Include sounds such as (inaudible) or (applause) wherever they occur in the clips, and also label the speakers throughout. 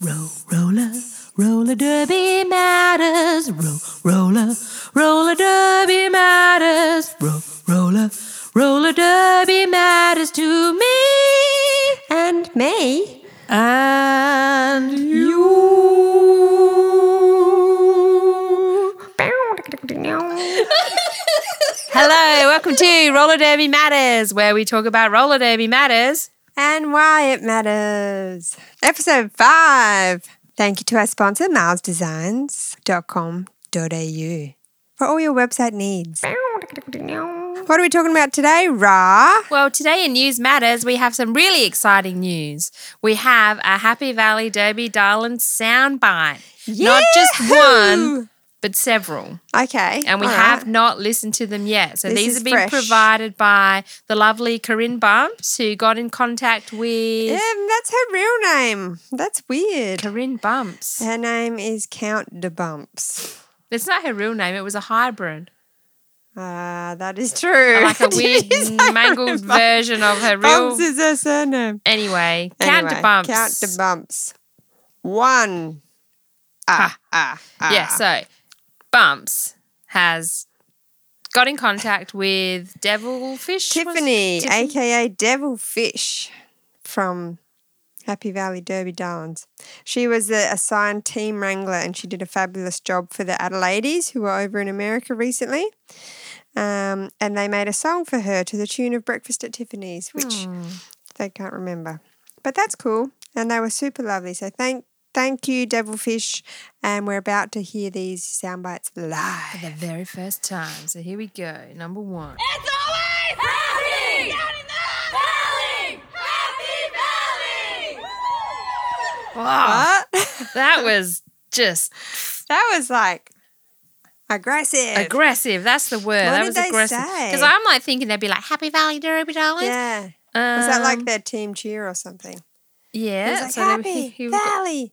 Speaker 1: Roll, roller, roller derby matters. Roll, roller, roller derby matters. Roll, roller, roller derby matters to me
Speaker 2: And me?
Speaker 1: and you.
Speaker 2: Hello, welcome to Roller Derby Matters, where we talk about roller derby matters.
Speaker 3: and why it matters. Episode five. Thank you to our sponsor, milesdesigns.com.au, for all your website needs. What are we talking about today, Ra?
Speaker 2: Well, today in News Matters, we have some really exciting news. We have a Happy Valley Derby Darling soundbite. Not just
Speaker 3: Yahoo!
Speaker 2: one, but several.
Speaker 3: Okay.
Speaker 2: And we
Speaker 3: all
Speaker 2: have
Speaker 3: right.
Speaker 2: not listened to them yet. So
Speaker 3: This
Speaker 2: these
Speaker 3: is
Speaker 2: have been
Speaker 3: fresh.
Speaker 2: provided by the lovely Corinne Bumps, who got in contact with
Speaker 3: Um, that's her real name. That's weird.
Speaker 2: Corinne Bumps.
Speaker 3: Her name is Count de Bumps.
Speaker 2: It's not her real name, it was a
Speaker 3: (laughs)
Speaker 2: hybrid.
Speaker 3: Ah, that is true.
Speaker 2: Like
Speaker 3: (laughs)
Speaker 2: a
Speaker 3: Did
Speaker 2: weird
Speaker 3: you say
Speaker 2: mangled
Speaker 3: Bumps?
Speaker 2: version of her real
Speaker 3: Bumps is her surname.
Speaker 2: Anyway, count to
Speaker 3: Anyway,
Speaker 2: bumps.
Speaker 3: Count to bumps. One. Ah, ah, ah.
Speaker 2: Yeah, so Bumps has got in contact with Devilfish. was it?
Speaker 3: Tiffany,
Speaker 2: Tiff-
Speaker 3: aka Devilfish, from Happy Valley Derby Darlings. She was the assigned team wrangler and she did a fabulous job for the Adelaides who were over in America recently. Um, and they made a song for her to the tune of Breakfast at Tiffany's, which
Speaker 2: Hmm,
Speaker 3: they can't remember. But that's cool. And they were super lovely. So thank thank you, Devilfish. And we're about to hear these sound bites live.
Speaker 2: The very first time. So here we go. Number one.
Speaker 4: It's always happy! Down in the valley! Happy Valley!
Speaker 2: Wow,
Speaker 3: (laughs) that
Speaker 2: that was just
Speaker 3: was like aggressive.
Speaker 2: aggressive. That's the word.
Speaker 3: What
Speaker 2: that
Speaker 3: did
Speaker 2: was
Speaker 3: they
Speaker 2: aggressive. Because
Speaker 3: say?
Speaker 2: I'm like thinking they'd be like, Happy Valley Derby Darling.
Speaker 3: yeah.
Speaker 2: Um,
Speaker 3: Was that like their team cheer or something?
Speaker 2: Yeah.
Speaker 3: It was like,
Speaker 2: so there we-
Speaker 3: happy
Speaker 2: here we've got,
Speaker 3: Valley.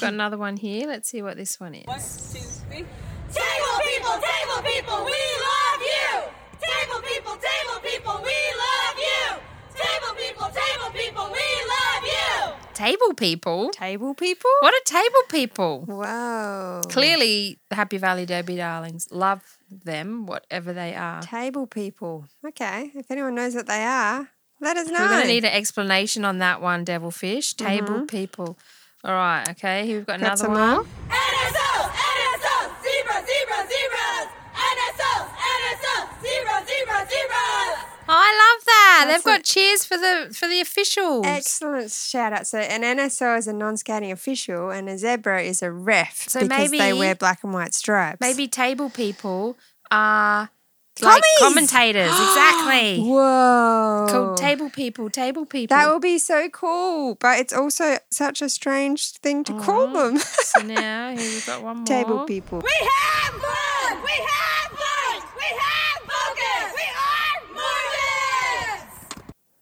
Speaker 2: got another one here. Let's see what this one is.
Speaker 4: Table people, table people, we love you! Table people, table people, we love you! Table people, table people, we love you!
Speaker 2: Table people.
Speaker 3: Table people?
Speaker 2: What are table people?
Speaker 3: Whoa.
Speaker 2: Clearly, the Happy Valley Derby darlings love them, whatever they are.
Speaker 3: Table people. Okay. If anyone knows what they are, let us know.
Speaker 2: We're going to need an explanation on that one, Devilfish.
Speaker 3: Mm-hmm.
Speaker 2: Table people. All right, okay. Here we've got
Speaker 3: Got
Speaker 2: another
Speaker 3: some
Speaker 2: one.
Speaker 3: more?
Speaker 4: NSOs, NSOs, zebras, zebras, zebras! NSOs, NSOs, zebras, zebras, zebras!
Speaker 2: Oh, I love that.
Speaker 3: That's
Speaker 2: They've got
Speaker 3: it.
Speaker 2: cheers for the for the officials.
Speaker 3: Excellent shout out. So an NSO is a non-scouting official, and a zebra is a ref
Speaker 2: So
Speaker 3: because they
Speaker 2: maybe-
Speaker 3: wear black and white stripes.
Speaker 2: Maybe table people are like
Speaker 3: Commies!
Speaker 2: commentators.
Speaker 3: (gasps)
Speaker 2: exactly.
Speaker 3: Whoa.
Speaker 2: Called table people, table people. (laughs)
Speaker 3: That will be so cool, but it's also such a strange thing to call them. (laughs)
Speaker 2: so now here we've got one more.
Speaker 3: Table people.
Speaker 4: We have fun! We have fun! We have focus! We are Mormons!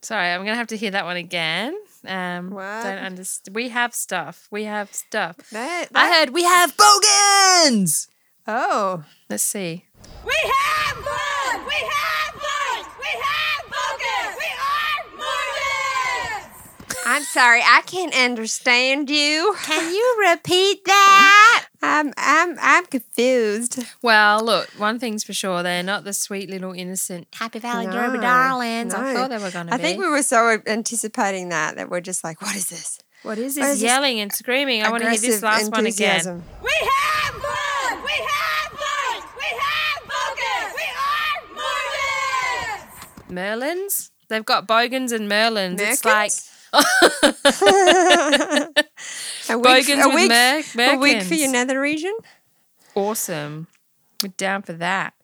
Speaker 2: Sorry, I'm gonna have to hear that one again. Um,
Speaker 3: What?
Speaker 2: Don't understand. We have stuff. We have stuff.
Speaker 3: That,
Speaker 2: I
Speaker 3: that-
Speaker 2: heard we have bogans.
Speaker 3: oh.
Speaker 2: Let's see.
Speaker 4: We have fun! We have fun! We have focus! We are Mormons!
Speaker 3: I'm sorry, I can't understand you.
Speaker 2: Can you repeat that?
Speaker 3: I'm I'm I'm confused.
Speaker 2: (laughs) Well, look, one thing's for sure, they're not the sweet little innocent Happy Valley Derby
Speaker 3: No,
Speaker 2: Oh, darlings. I
Speaker 3: no.
Speaker 2: thought they were going to
Speaker 3: I
Speaker 2: be.
Speaker 3: think we were so anticipating that that we're just like, what is this?
Speaker 2: what is
Speaker 3: what
Speaker 2: this
Speaker 3: is this
Speaker 2: yelling and screaming? I want to hear this
Speaker 3: Aggressive
Speaker 2: last one again.
Speaker 3: enthusiasm.
Speaker 4: We have fun! We have fun! We have focus! We are Mormons!
Speaker 2: Merlins? They've got bogans and merlins. It's like
Speaker 3: Merkins?
Speaker 2: a
Speaker 3: A week,
Speaker 2: Bogans
Speaker 3: a
Speaker 2: with
Speaker 3: week,
Speaker 2: Mer-
Speaker 3: a week for
Speaker 2: Merkins.
Speaker 3: your nether region.
Speaker 2: awesome. We're down for that.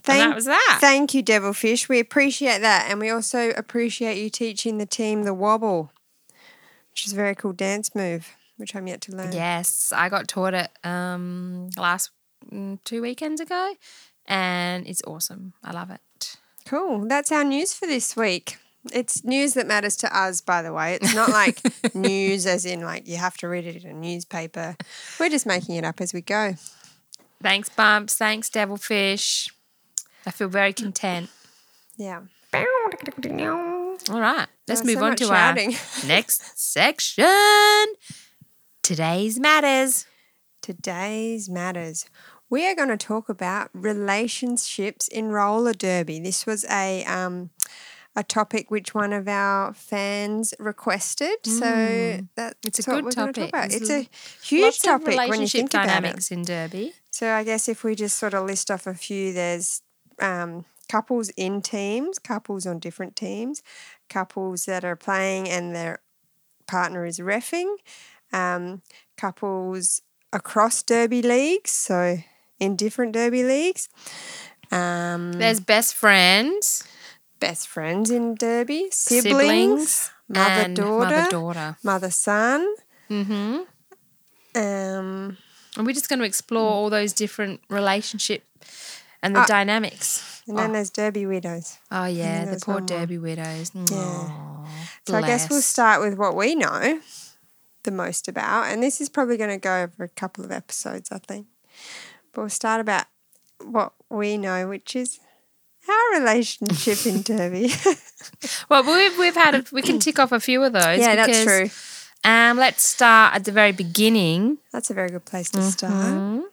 Speaker 3: Thank,
Speaker 2: that was that.
Speaker 3: Thank you, Devilfish. We appreciate that, and we also appreciate you teaching the team the wobble, which is a very cool dance move, which I'm yet to learn.
Speaker 2: Yes, I got taught it um last mm, two weekends ago and it's awesome. I love it.
Speaker 3: Cool. That's our news for this week. It's news that matters to us, by the way. It's not like
Speaker 2: (laughs)
Speaker 3: news as in like you have to read it in a newspaper. We're just making it up as we go.
Speaker 2: Thanks, Bumps. Thanks, Devilfish. I feel very content.
Speaker 3: Yeah.
Speaker 2: All right, let's
Speaker 3: There was
Speaker 2: move
Speaker 3: so
Speaker 2: on (laughs)
Speaker 3: much
Speaker 2: to
Speaker 3: shouting.
Speaker 2: our next section Today's matters.
Speaker 3: Today's matters. We are going to talk about relationships in roller derby. This was a um, a topic which one of our fans requested, so that
Speaker 2: Mm. It's a
Speaker 3: what
Speaker 2: good
Speaker 3: we're gonna
Speaker 2: topic.
Speaker 3: Talk about.
Speaker 2: There's
Speaker 3: It's a huge
Speaker 2: Lots of
Speaker 3: topic when you
Speaker 2: relationship
Speaker 3: think about it.
Speaker 2: dynamics in derby.
Speaker 3: So I guess if we just sort of list off a few, there's um, couples in teams, couples on different teams, couples that are playing and their partner is refing, um, couples across derby leagues, so in different derby leagues, um,
Speaker 2: There's best friends,
Speaker 3: best friends in derby, siblings,
Speaker 2: siblings,
Speaker 3: mother
Speaker 2: and
Speaker 3: daughter,
Speaker 2: mother daughter.
Speaker 3: mother son.
Speaker 2: hmm
Speaker 3: Um,
Speaker 2: And we're just going to explore all those different relationship and the
Speaker 3: Ah.
Speaker 2: dynamics.
Speaker 3: and then
Speaker 2: Oh.
Speaker 3: there's derby widows.
Speaker 2: Oh yeah, the
Speaker 3: there's
Speaker 2: poor
Speaker 3: one more.
Speaker 2: Derby widows. Aw,
Speaker 3: So I guess we'll
Speaker 2: bless.
Speaker 3: start with what we know the most about, and this is probably going to go over a couple of episodes, I think. But we'll start about what we know, which is our relationship in
Speaker 2: (laughs)
Speaker 3: Derby.
Speaker 2: Well, we've we've had a, we can tick off a few of those.
Speaker 3: (laughs) yeah, that's
Speaker 2: because,
Speaker 3: true.
Speaker 2: Um, let's start at the very beginning
Speaker 3: That's a very good place to start.
Speaker 2: Mm-hmm.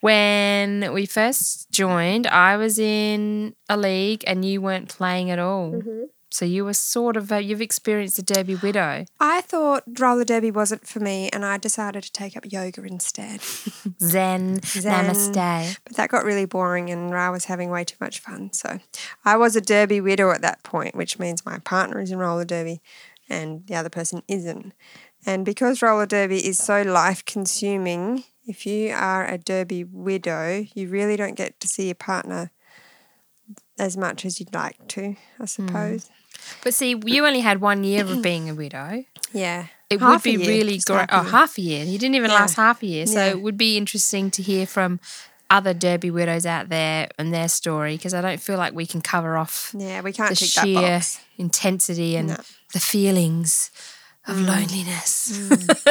Speaker 2: when we first joined. I was in a league and you weren't playing at all,
Speaker 3: Mm-hmm.
Speaker 2: so you were sort of a, you've experienced the
Speaker 3: (gasps)
Speaker 2: Derby widow.
Speaker 3: I thought roller derby wasn't for me, and I decided to take up yoga instead.
Speaker 2: Zen,
Speaker 3: Zen.
Speaker 2: namaste.
Speaker 3: But that got really boring, and I was having way too much fun. So I was a derby widow at that point, which means my partner is in roller derby and the other person isn't. And because roller derby is so life consuming, if you are a derby widow, you really don't get to see your partner as much as you'd like to, I suppose.
Speaker 2: But see, you only had one year
Speaker 3: (clears throat)
Speaker 2: of being a widow.
Speaker 3: Yeah.
Speaker 2: It
Speaker 3: Half a
Speaker 2: would be
Speaker 3: year,
Speaker 2: really
Speaker 3: just
Speaker 2: great.
Speaker 3: half a
Speaker 2: Oh,
Speaker 3: year.
Speaker 2: half a year. He didn't even
Speaker 3: Yeah.
Speaker 2: last half a year. So
Speaker 3: Yeah.
Speaker 2: it would be interesting to hear from other Derby widows out there and their story because I don't feel like we can cover off
Speaker 3: Yeah, we can't
Speaker 2: the
Speaker 3: tick that
Speaker 2: sheer
Speaker 3: box.
Speaker 2: intensity and
Speaker 3: No.
Speaker 2: the feelings of loneliness
Speaker 3: Mm. (laughs)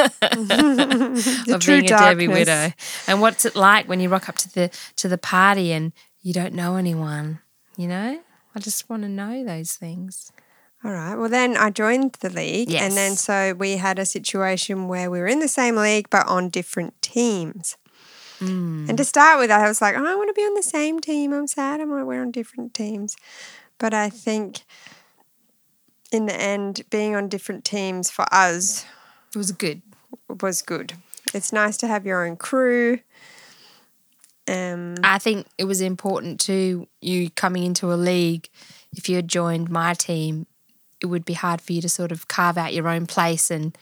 Speaker 3: The
Speaker 2: of
Speaker 3: true
Speaker 2: being a Derby
Speaker 3: darkness.
Speaker 2: widow. And what's it like when you rock up to the to the party and you don't know anyone? You know, I just want to know those things.
Speaker 3: All right. Well, then I joined the league, and then
Speaker 2: Yes.
Speaker 3: so we had a situation where we were in the same league but on different teams.
Speaker 2: Mm.
Speaker 3: And to start with, I was like, oh, I want to be on the same team. I'm sad. I'm like, we're on different teams. But I think in the end, being on different teams for us
Speaker 2: It was good.
Speaker 3: was good. It's nice to have your own crew. Um,
Speaker 2: I think it was important too, you coming into a league. If you had joined my team, it would be hard for you to sort of carve out your own place and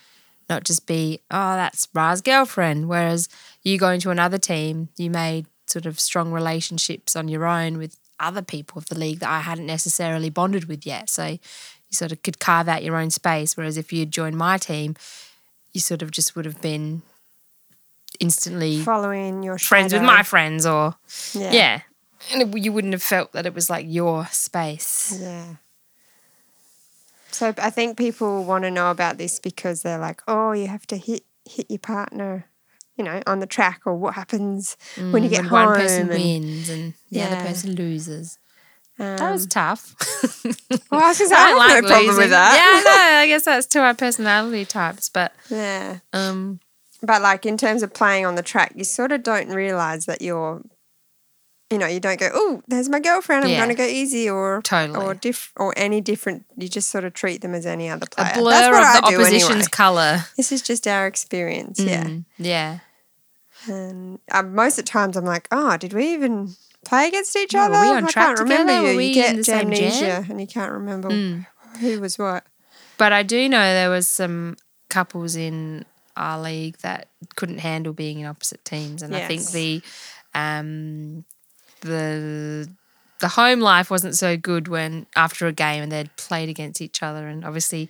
Speaker 2: not just be, oh, that's Ra's girlfriend. Whereas you going to another team, you made sort of strong relationships on your own with other people of the league that I hadn't necessarily bonded with yet. So you sort of could carve out your own space. Whereas if you had joined my team, you sort of just would have been instantly
Speaker 3: following your
Speaker 2: friends with
Speaker 3: shadow.
Speaker 2: my friends or
Speaker 3: yeah.
Speaker 2: yeah. And it- you wouldn't have felt that it was like your space.
Speaker 3: Yeah. So I think people want to know about this because they're like, oh, you have to hit hit your partner, you know, on the track, or what happens when you get
Speaker 2: Mm, When
Speaker 3: home.
Speaker 2: one person
Speaker 3: and-
Speaker 2: wins and the other
Speaker 3: Yeah.
Speaker 2: person loses. That
Speaker 3: um,
Speaker 2: was (laughs) tough.
Speaker 3: well, I was gonna say, I,
Speaker 2: I
Speaker 3: have
Speaker 2: like
Speaker 3: no problem
Speaker 2: losing.
Speaker 3: with that.
Speaker 2: Yeah,
Speaker 3: (laughs)
Speaker 2: no, I guess that's two our personality types, but
Speaker 3: Yeah.
Speaker 2: um
Speaker 3: But like in terms of playing on the track, you sort of don't realize that you're, you know, you don't go, oh, there's my girlfriend. I'm
Speaker 2: Yeah.
Speaker 3: going to go easy or
Speaker 2: Totally.
Speaker 3: or diff or any different. You just sort of treat them as any other player.
Speaker 2: a blur
Speaker 3: Uh, That's
Speaker 2: of
Speaker 3: what I
Speaker 2: the
Speaker 3: do anyway.
Speaker 2: opposition's colour.
Speaker 3: This is just our experience. Yeah.
Speaker 2: Mm, yeah.
Speaker 3: And um, most of the times I'm like, oh, did we even play against each
Speaker 2: Yeah, were
Speaker 3: other?
Speaker 2: we on
Speaker 3: I
Speaker 2: track
Speaker 3: can't remember
Speaker 2: together?
Speaker 3: you.
Speaker 2: Were we
Speaker 3: you
Speaker 2: in the
Speaker 3: get
Speaker 2: same Hmm. jam?
Speaker 3: amnesia and you can't remember who was what.
Speaker 2: But I do know there was some couples in our league that couldn't handle being in opposite teams, and I think
Speaker 3: Yes.
Speaker 2: the um, the the home life wasn't so good when after a game and they'd played against each other, and obviously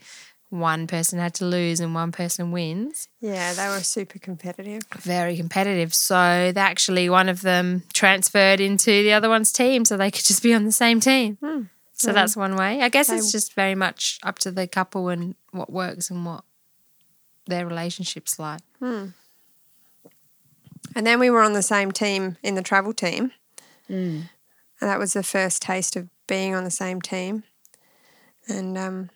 Speaker 2: one person had to lose and one person wins.
Speaker 3: Yeah, they were super competitive.
Speaker 2: Very competitive, so they actually one of them transferred into the other one's team, so they could just be on the same team.
Speaker 3: Hmm.
Speaker 2: So that's one way. I guess it's just very much up to the couple and what works and what their relationships like.
Speaker 3: And then we were on the same team in the travel team.
Speaker 2: Hmm.
Speaker 3: And that was the first taste of being on the same team. And um,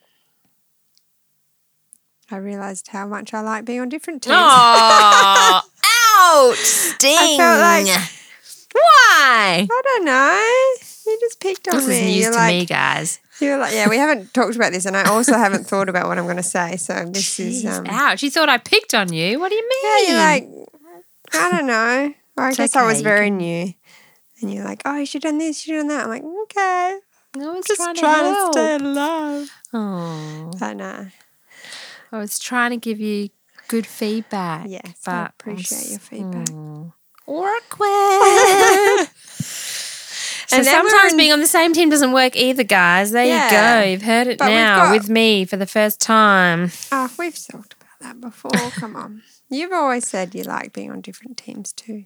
Speaker 3: I realised how much I like being on different teams.
Speaker 2: Oh, (laughs) ouch! Sting.
Speaker 3: I felt like-
Speaker 2: Why?
Speaker 3: (laughs) I don't know. You just picked on
Speaker 2: This is
Speaker 3: me.
Speaker 2: news
Speaker 3: You're
Speaker 2: to
Speaker 3: like,
Speaker 2: me, guys.
Speaker 3: You're like, yeah, we haven't talked about this, and I also haven't thought about what I'm going to say. So this is, um,
Speaker 2: Jeez, ouch! You thought I picked on you. What do you
Speaker 3: yeah,
Speaker 2: mean?
Speaker 3: you're like, I don't know. Or I
Speaker 2: It's
Speaker 3: guess I
Speaker 2: okay,
Speaker 3: was
Speaker 2: you
Speaker 3: very new, and you're like, oh, you should have done this, you should have done that. I'm like, okay,
Speaker 2: I was
Speaker 3: just
Speaker 2: trying,
Speaker 3: trying,
Speaker 2: to,
Speaker 3: to,
Speaker 2: help.
Speaker 3: stay alive.
Speaker 2: Oh,
Speaker 3: I know.
Speaker 2: I was trying to give you good feedback.
Speaker 3: Yes,
Speaker 2: but Hmm.
Speaker 3: I appreciate your feedback. (laughs)
Speaker 2: Awkward. So
Speaker 3: And then we were
Speaker 2: sometimes
Speaker 3: in-
Speaker 2: being on the same team doesn't work either, guys. There
Speaker 3: Yeah.
Speaker 2: you go. You've heard it
Speaker 3: But we've
Speaker 2: now
Speaker 3: got-
Speaker 2: with me for the first time.
Speaker 3: Ah, we've talked about that before. Come on, you've always said you like being on different teams too.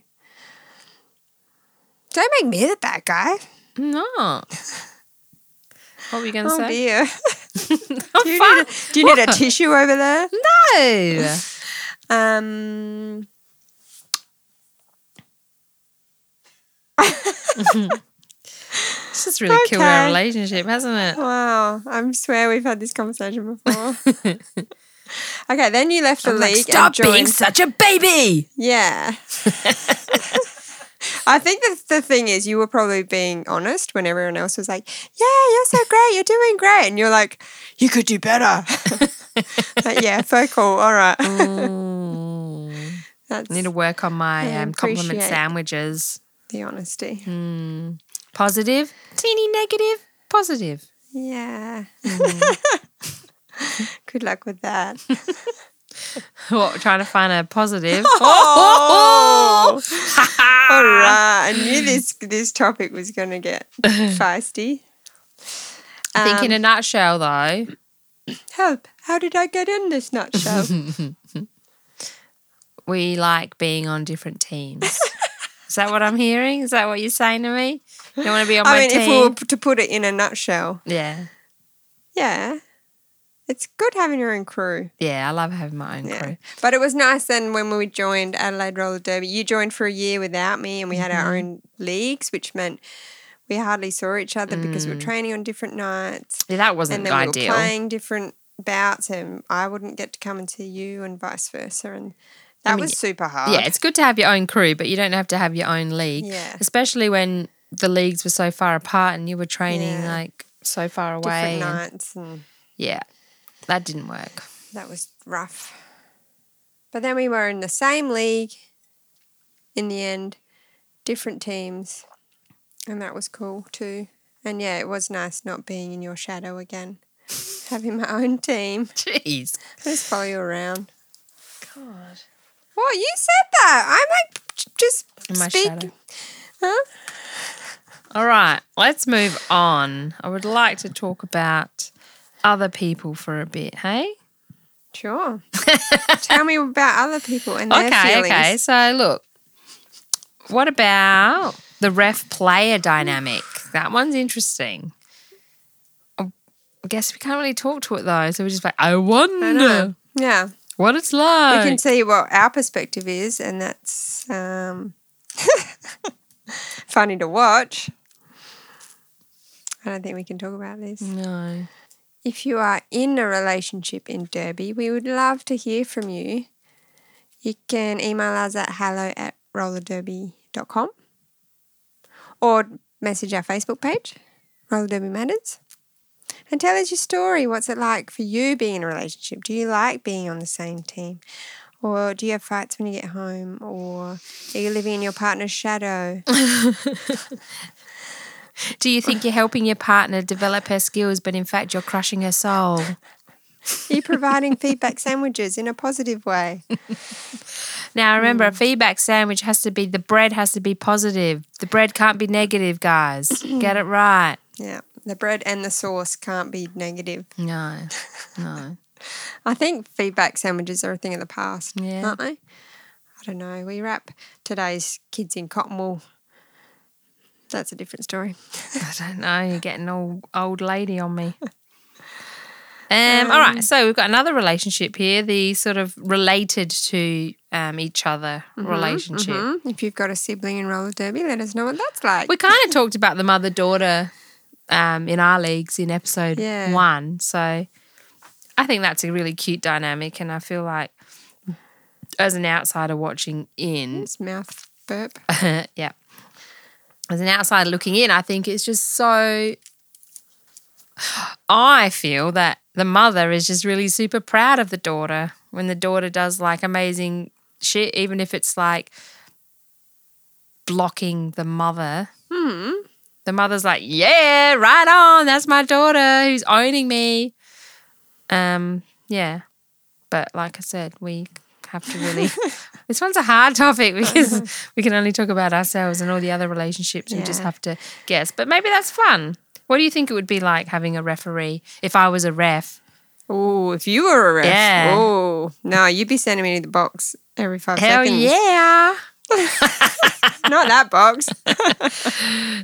Speaker 3: Don't make me the bad guy.
Speaker 2: I'm not. What were you going to (laughs)
Speaker 3: Oh
Speaker 2: say?
Speaker 3: dear.
Speaker 2: I'm
Speaker 3: do you
Speaker 2: fine.
Speaker 3: need a, do you need a tissue over there?
Speaker 2: No. Hmm?
Speaker 3: Um,
Speaker 2: It's just really killed
Speaker 3: Okay.
Speaker 2: our relationship, hasn't it?
Speaker 3: wow, I swear we've had this conversation
Speaker 2: (laughs)
Speaker 3: before. okay, then you left the
Speaker 2: I'm like,
Speaker 3: league.
Speaker 2: Stop
Speaker 3: and joined,
Speaker 2: being such a baby. (laughs)
Speaker 3: (laughs) Yeah. I think the, the thing is, you were probably being honest when everyone else was like, "Yeah, you're so great, you're doing great," and you're like, "You could do
Speaker 2: (laughs)
Speaker 3: better." like, yeah, so cool. All right.
Speaker 2: Mm.
Speaker 3: (laughs) That's
Speaker 2: I need to work on my
Speaker 3: I
Speaker 2: um, compliment
Speaker 3: appreciate-
Speaker 2: sandwiches.
Speaker 3: the honesty.
Speaker 2: Mm. Positive, teeny negative, positive.
Speaker 3: Yeah.
Speaker 2: Mm.
Speaker 3: (laughs) Good luck
Speaker 2: (laughs)
Speaker 3: with that.
Speaker 2: What, trying to find a (laughs) positive?
Speaker 3: (laughs) Oh! All
Speaker 2: Ha-ha.
Speaker 3: right. I knew this this topic was going
Speaker 2: (laughs)
Speaker 3: to get feisty.
Speaker 2: I think in
Speaker 3: Um,
Speaker 2: a nutshell, though,
Speaker 3: (laughs) help. How did I get in this nutshell?
Speaker 2: (laughs) we like being on different teams. Is that what I'm hearing? Is that what you're saying to me? You want to be on my
Speaker 3: I mean,
Speaker 2: team?
Speaker 3: if we were to put it in a nutshell,
Speaker 2: yeah,
Speaker 3: yeah, it's good having your own crew.
Speaker 2: yeah. I love having my own
Speaker 3: Yeah.
Speaker 2: crew.
Speaker 3: But it was nice then when we joined Adelaide Roller Derby. You joined for a year without me, and we had our
Speaker 2: Mm-hmm.
Speaker 3: own leagues, which meant we hardly saw each other because
Speaker 2: Mm.
Speaker 3: we were training on different nights.
Speaker 2: Yeah, that
Speaker 3: and
Speaker 2: wasn't
Speaker 3: then we
Speaker 2: ideal.
Speaker 3: were playing different bouts, and I wouldn't get to come and see you, and vice versa. And that
Speaker 2: mean,
Speaker 3: was super hard.
Speaker 2: yeah, it's good to have your own crew, but you don't have to have your own league.
Speaker 3: Yeah.
Speaker 2: especially when the leagues were so far apart and you were training
Speaker 3: Yeah.
Speaker 2: like so far away.
Speaker 3: different
Speaker 2: and-
Speaker 3: nights, and
Speaker 2: yeah, that didn't work. (laughs)
Speaker 3: that was rough. But then we were in the same league in the end, different teams, and that was cool too. And yeah, it was nice not being in your shadow again, (laughs) having my own team. (laughs)
Speaker 2: Jeez,
Speaker 3: I just follow you around.
Speaker 2: God.
Speaker 3: What you said that? I'm like just
Speaker 2: In my
Speaker 3: speak.
Speaker 2: shadow.
Speaker 3: Huh?
Speaker 2: All right, let's move on. I would like to talk about other people for a bit, hey? (laughs)
Speaker 3: Sure. Tell me about other people and their
Speaker 2: okay,
Speaker 3: feelings.
Speaker 2: okay. So, look, what about the ref player dynamic? That one's interesting. I guess we can't really talk to it though, so we're just like, I
Speaker 3: I know.
Speaker 2: wonder
Speaker 3: Yeah.
Speaker 2: what it's
Speaker 3: We
Speaker 2: like.
Speaker 3: can see what our perspective is, and that's um, (laughs) funny to watch. I don't think we can talk about this.
Speaker 2: no.
Speaker 3: If you are in a relationship in Derby, we would love to hear from you. You can email us at hello at rollerderby.com or message our Facebook page, Roller Derby Matters, and tell us your story. What's it like for you being in a relationship? Do you like being on the same team? Or do you have fights when you get home? Or are you living in your partner's shadow?
Speaker 2: Do you think you're helping your partner develop her skills, but in fact you're crushing her soul?
Speaker 3: Are you providing feedback sandwiches in a positive way?
Speaker 2: Now remember, a feedback sandwich has to be the bread has to be positive. The bread can't be negative, (clears throat) guys. Get it right.
Speaker 3: Yeah, the bread and the sauce can't be negative.
Speaker 2: No, no.
Speaker 3: I think feedback sandwiches are a thing of the past,
Speaker 2: Yeah.
Speaker 3: aren't they? I don't know. We wrap today's kids in cotton wool. That's a different story.
Speaker 2: I don't know. You're getting all old lady on me. Um, all right, so we've got another relationship here, the sort of related to um, each other relationship.
Speaker 3: Mhm. If you've got a sibling in roller derby, let us know what that's like.
Speaker 2: We kind of talked about the mother daughter um, in our leagues in episode
Speaker 3: Yeah.
Speaker 2: one. So I think that's a really cute dynamic, and I feel like as an outsider watching in,
Speaker 3: It's mouth burp.
Speaker 2: (laughs) yeah. As an outsider looking in, I think it's just so. I feel that the mother is just really super proud of the daughter when the daughter does like amazing shit, even if it's like blocking the mother.
Speaker 3: Hmm.
Speaker 2: The mother's like, yeah, right on. That's my daughter who's owning me. Um, yeah. But like I said, we have to
Speaker 3: (laughs)
Speaker 2: really. this one's a hard topic because we can only talk about ourselves and all the other relationships. We just
Speaker 3: Yeah.
Speaker 2: have to guess. But maybe that's fun. What do you think it would be like having a referee if I was a ref?
Speaker 3: Oh, if you were a ref.
Speaker 2: Yeah.
Speaker 3: Oh, no, you'd be sending me to the box every five
Speaker 2: Hell
Speaker 3: seconds.
Speaker 2: yeah. (laughs)
Speaker 3: Not that box.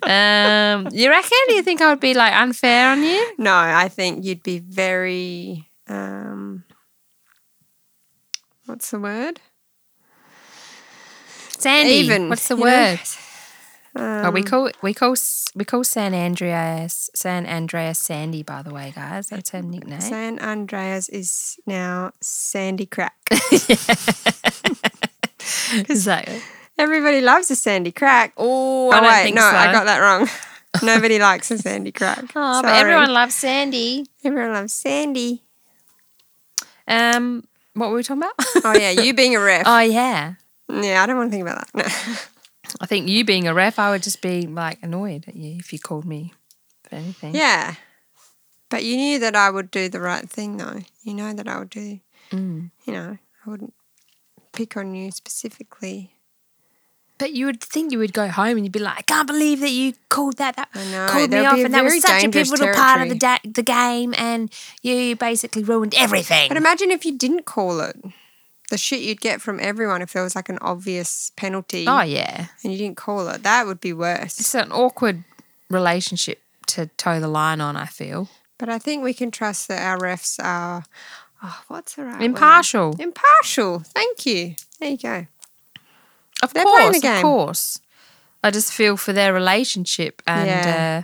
Speaker 2: Um, you reckon? Do you think I would be like unfair on you?
Speaker 3: No, I think you'd be very. Um, what's the word?
Speaker 2: Sandy.
Speaker 3: Even,
Speaker 2: What's the
Speaker 3: you know?
Speaker 2: word?
Speaker 3: Um,
Speaker 2: Oh, we call we call S- we call San Andreas San Andreas Sandy. By the way, guys, that's her nickname.
Speaker 3: San Andreas is now Sandy Crack. (laughs)
Speaker 2: (laughs)
Speaker 3: Oh,
Speaker 2: Exactly.
Speaker 3: Everybody loves a Sandy Crack. Oh,
Speaker 2: Oh, I don't
Speaker 3: wait,
Speaker 2: think
Speaker 3: no,
Speaker 2: so.
Speaker 3: I got that wrong. (laughs) Nobody likes a Sandy Crack.
Speaker 2: (laughs) Oh, but
Speaker 3: Sorry.
Speaker 2: everyone loves Sandy.
Speaker 3: everyone loves Sandy.
Speaker 2: Um, what were we talking about? (laughs)
Speaker 3: Oh yeah, you being a ref.
Speaker 2: oh yeah.
Speaker 3: yeah, I don't want to think about that.
Speaker 2: (laughs)
Speaker 3: No.
Speaker 2: I think you being a ref, I would just be like annoyed at you if you called me for anything.
Speaker 3: Yeah. But you knew that I would do the right thing, though. You know that I would do,
Speaker 2: Mm.
Speaker 3: you know, I wouldn't pick on you specifically.
Speaker 2: But you would think you would go home and you'd be like, I can't believe that you called that. That
Speaker 3: I know,
Speaker 2: called me
Speaker 3: there'll
Speaker 2: off,
Speaker 3: be a
Speaker 2: and that was
Speaker 3: very
Speaker 2: such a
Speaker 3: dangerous
Speaker 2: pivotal part of the da-
Speaker 3: territory.
Speaker 2: the game, and you basically ruined everything. Oh,
Speaker 3: But imagine if you didn't call it. The shit you'd get from everyone if there was like an obvious penalty
Speaker 2: Oh yeah.
Speaker 3: and you didn't call it. That would be worse.
Speaker 2: it's an awkward relationship to toe the line on. I feel
Speaker 3: But I think we can trust that our refs are, oh, what's the right word?
Speaker 2: impartial.
Speaker 3: Impartial. Thank you. There you go.
Speaker 2: Of
Speaker 3: They're
Speaker 2: course,
Speaker 3: playing the
Speaker 2: of
Speaker 3: game.
Speaker 2: course. I just feel for their relationship and uh,
Speaker 3: Yeah.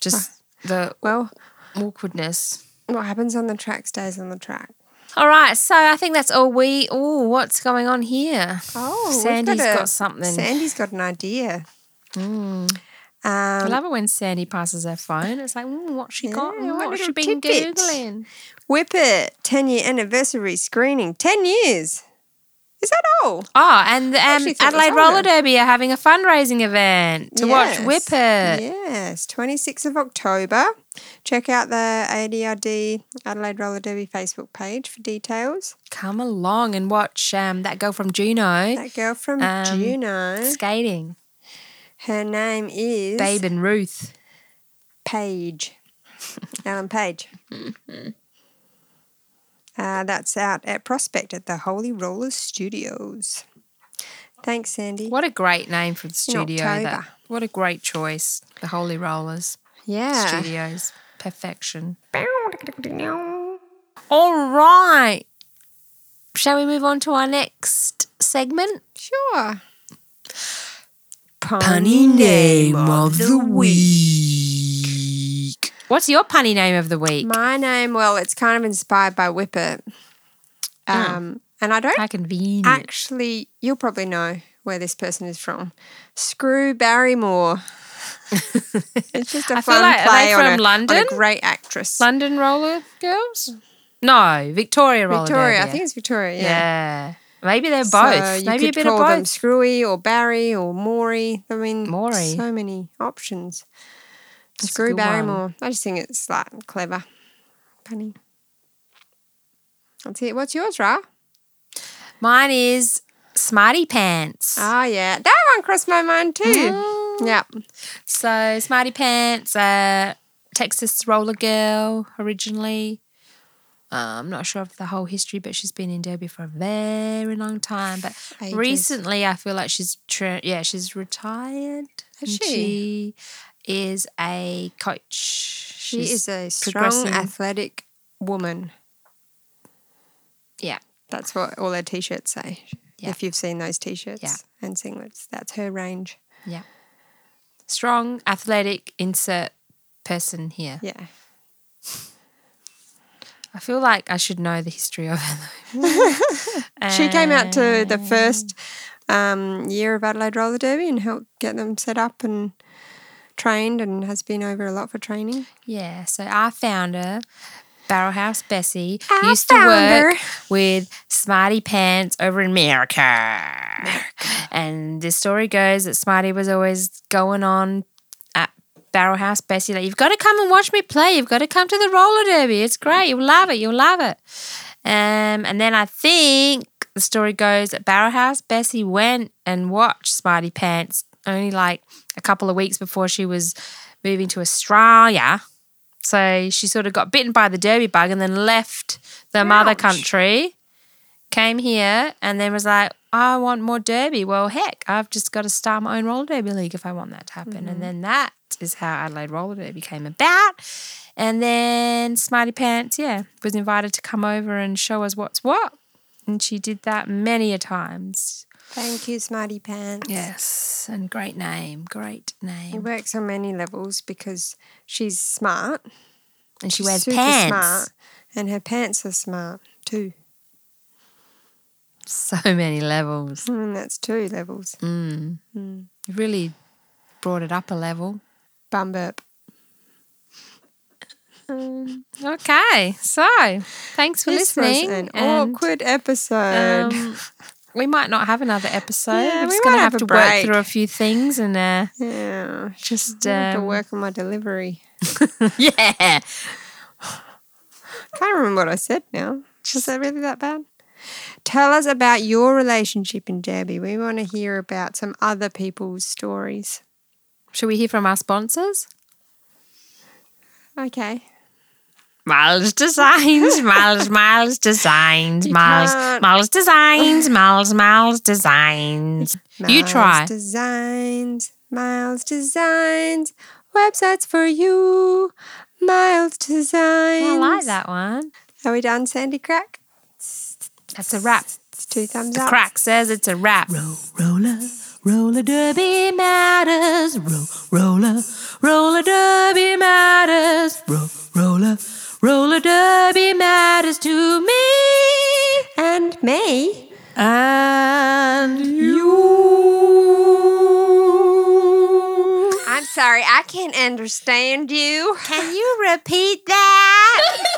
Speaker 2: just the
Speaker 3: Well,
Speaker 2: awkwardness.
Speaker 3: what happens on the track stays on the track.
Speaker 2: All right, so I think that's all we. Oh, what's going on here?
Speaker 3: Oh, we've
Speaker 2: Sandy's
Speaker 3: a-
Speaker 2: got something. Mm.
Speaker 3: Sandy's got an idea.
Speaker 2: I
Speaker 3: Um,
Speaker 2: love it when Sandy passes her phone. It's like, mm, what's she got?
Speaker 3: Yeah,
Speaker 2: Mm,
Speaker 3: what
Speaker 2: what's she been
Speaker 3: little tidbit?
Speaker 2: googling?
Speaker 3: Whip It 10 year anniversary screening. 10 years. Is that all?
Speaker 2: Oh, and um,
Speaker 3: actually thought it was
Speaker 2: Adelaide Roller
Speaker 3: older.
Speaker 2: Derby are having a fundraising event to watch
Speaker 3: Oh. Yes.
Speaker 2: Whip It.
Speaker 3: Yes, 26th of October. Check out the ADRD Adelaide Roller Derby Facebook page for details.
Speaker 2: Come along and watch um, that girl from Juno
Speaker 3: That girl from
Speaker 2: Um,
Speaker 3: Juno,
Speaker 2: skating.
Speaker 3: her name is
Speaker 2: Babe and Ruth.
Speaker 3: Page. Alan Page. Uh, that's out at Prospect at the Holy Rollers Studios. Thanks, Sandy.
Speaker 2: What a great name for the studio. That,
Speaker 3: October.
Speaker 2: what a great choice. The Holy Rollers
Speaker 3: Yeah.
Speaker 2: Studios.
Speaker 1: (laughs)
Speaker 2: Perfection. All right. Shall we move on to our next segment?
Speaker 3: Sure.
Speaker 1: Punny name of the week.
Speaker 2: What's your punny name of the week?
Speaker 3: My name, well, it's kind of inspired by Whippet. Um, And I don't
Speaker 2: Ah. How convenient.
Speaker 3: actually, you'll probably know where this person is from. Screw
Speaker 2: (laughs)
Speaker 3: Barrymore. it's just a
Speaker 2: I feel
Speaker 3: fun
Speaker 2: like- are they
Speaker 3: play on,
Speaker 2: from
Speaker 3: a, on a
Speaker 2: London?
Speaker 3: great actress.
Speaker 2: London Roller Girls? No, Victoria Roller
Speaker 3: Victoria, I
Speaker 2: Derby.
Speaker 3: think it's Victoria. Yeah.
Speaker 2: Yeah. Maybe they're both.
Speaker 3: So you
Speaker 2: Maybe a
Speaker 3: could
Speaker 2: bit of
Speaker 3: call
Speaker 2: both.
Speaker 3: them Screwy or Barry or Maury. I mean,
Speaker 2: Maury.
Speaker 3: so many options.
Speaker 2: That's a
Speaker 3: Screw
Speaker 2: good one.
Speaker 3: Barrymore. I just think it's like clever, funny. That's it. What's yours, Ra?
Speaker 2: Mine is Smarty Pants.
Speaker 3: Oh yeah, that one crossed my mind too.
Speaker 2: Mm.
Speaker 3: Yep.
Speaker 2: So Smarty Pants, uh, Texas roller girl originally. Uh, I'm not sure of the whole history, but she's been in Derby for a very long time. But
Speaker 3: Ages.
Speaker 2: recently, I feel like she's tra- yeah, she's retired.
Speaker 3: Has
Speaker 2: and she is a coach. She
Speaker 3: She is a strong, athletic woman.
Speaker 2: yeah.
Speaker 3: That's what all their t-shirts say.
Speaker 2: Yeah.
Speaker 3: If you've seen those t-shirts
Speaker 2: Yeah.
Speaker 3: and singlets, that's her range.
Speaker 2: Yeah. Strong, athletic, insert person here.
Speaker 3: Yeah.
Speaker 2: I feel like I should know the history of it. though.
Speaker 3: (laughs) She came out to the
Speaker 2: And-
Speaker 3: first um, year of Adelaide Roller Derby and helped get them set up and trained and has been over a lot for training.
Speaker 2: Yeah, so our founder, Barrelhouse Bessie,
Speaker 3: Our
Speaker 2: used to
Speaker 3: founder.
Speaker 2: work with Smarty Pants over in America. And the story goes that Smarty was always going on at Barrelhouse Bessie, like, you've got to come and watch me play. You've got to come to the roller derby. It's great. You'll love it. You'll love it. Um, and then I think the story goes that Barrelhouse Bessie went and watched Smarty Pants only like a couple of weeks before she was moving to Australia. So she sort of got bitten by the derby bug and then left the mother country, came here, and then was like, I want more derby. Well, heck, I've just got to start my own roller derby league if I want that to happen. And then that is how Adelaide Roller Derby came about. And then Smarty Pants, yeah, was invited to come over and show us what's what. And she did that many a times.
Speaker 3: Thank you, Smarty Pants.
Speaker 2: Yes. And great name, great
Speaker 3: She
Speaker 2: name.
Speaker 3: works on many levels because she's smart.
Speaker 2: And she
Speaker 3: She's
Speaker 2: wears
Speaker 3: super
Speaker 2: pants.
Speaker 3: smart. And her pants are smart too.
Speaker 2: So many levels.
Speaker 3: Mm, that's two levels.
Speaker 2: Mm. You Really brought it up a level.
Speaker 3: Bum burp.
Speaker 2: Okay, so thanks for
Speaker 3: this
Speaker 2: listening.
Speaker 3: was an
Speaker 2: and,
Speaker 3: awkward episode.
Speaker 2: um, (laughs) we might not have another episode.
Speaker 3: Yeah,
Speaker 2: We're
Speaker 3: we
Speaker 2: just going
Speaker 3: might
Speaker 2: to have,
Speaker 3: have
Speaker 2: to
Speaker 3: a
Speaker 2: work
Speaker 3: break.
Speaker 2: through a few things and uh,
Speaker 3: yeah.
Speaker 2: just
Speaker 3: I have to
Speaker 2: um,
Speaker 3: work on my delivery.
Speaker 2: (laughs) yeah.
Speaker 3: Can't remember what I said now. Was that really that bad? Tell us about your relationship in Derby. We want to hear about some other people's stories.
Speaker 2: Should we hear from our sponsors?
Speaker 3: Okay.
Speaker 2: Miles Designs, Miles, Miles Designs,
Speaker 3: You
Speaker 2: Miles,
Speaker 3: can't.
Speaker 2: Miles Designs, Miles, Miles Designs. you
Speaker 3: Miles
Speaker 2: try.
Speaker 3: Designs, Miles Designs, websites for you. Miles Designs.
Speaker 2: I like that one.
Speaker 3: Are we done, Sandy Crack?
Speaker 2: That's a wrap.
Speaker 3: It's two thumbs
Speaker 2: The
Speaker 3: up.
Speaker 2: crack says it's a wrap.
Speaker 1: Roller, roller derby matters. Ro- roller, roller derby matters. Ro- roller, roller derby matters to me
Speaker 3: And me.
Speaker 1: and you.
Speaker 3: I'm sorry, I can't understand you. (laughs)
Speaker 2: Can you repeat that?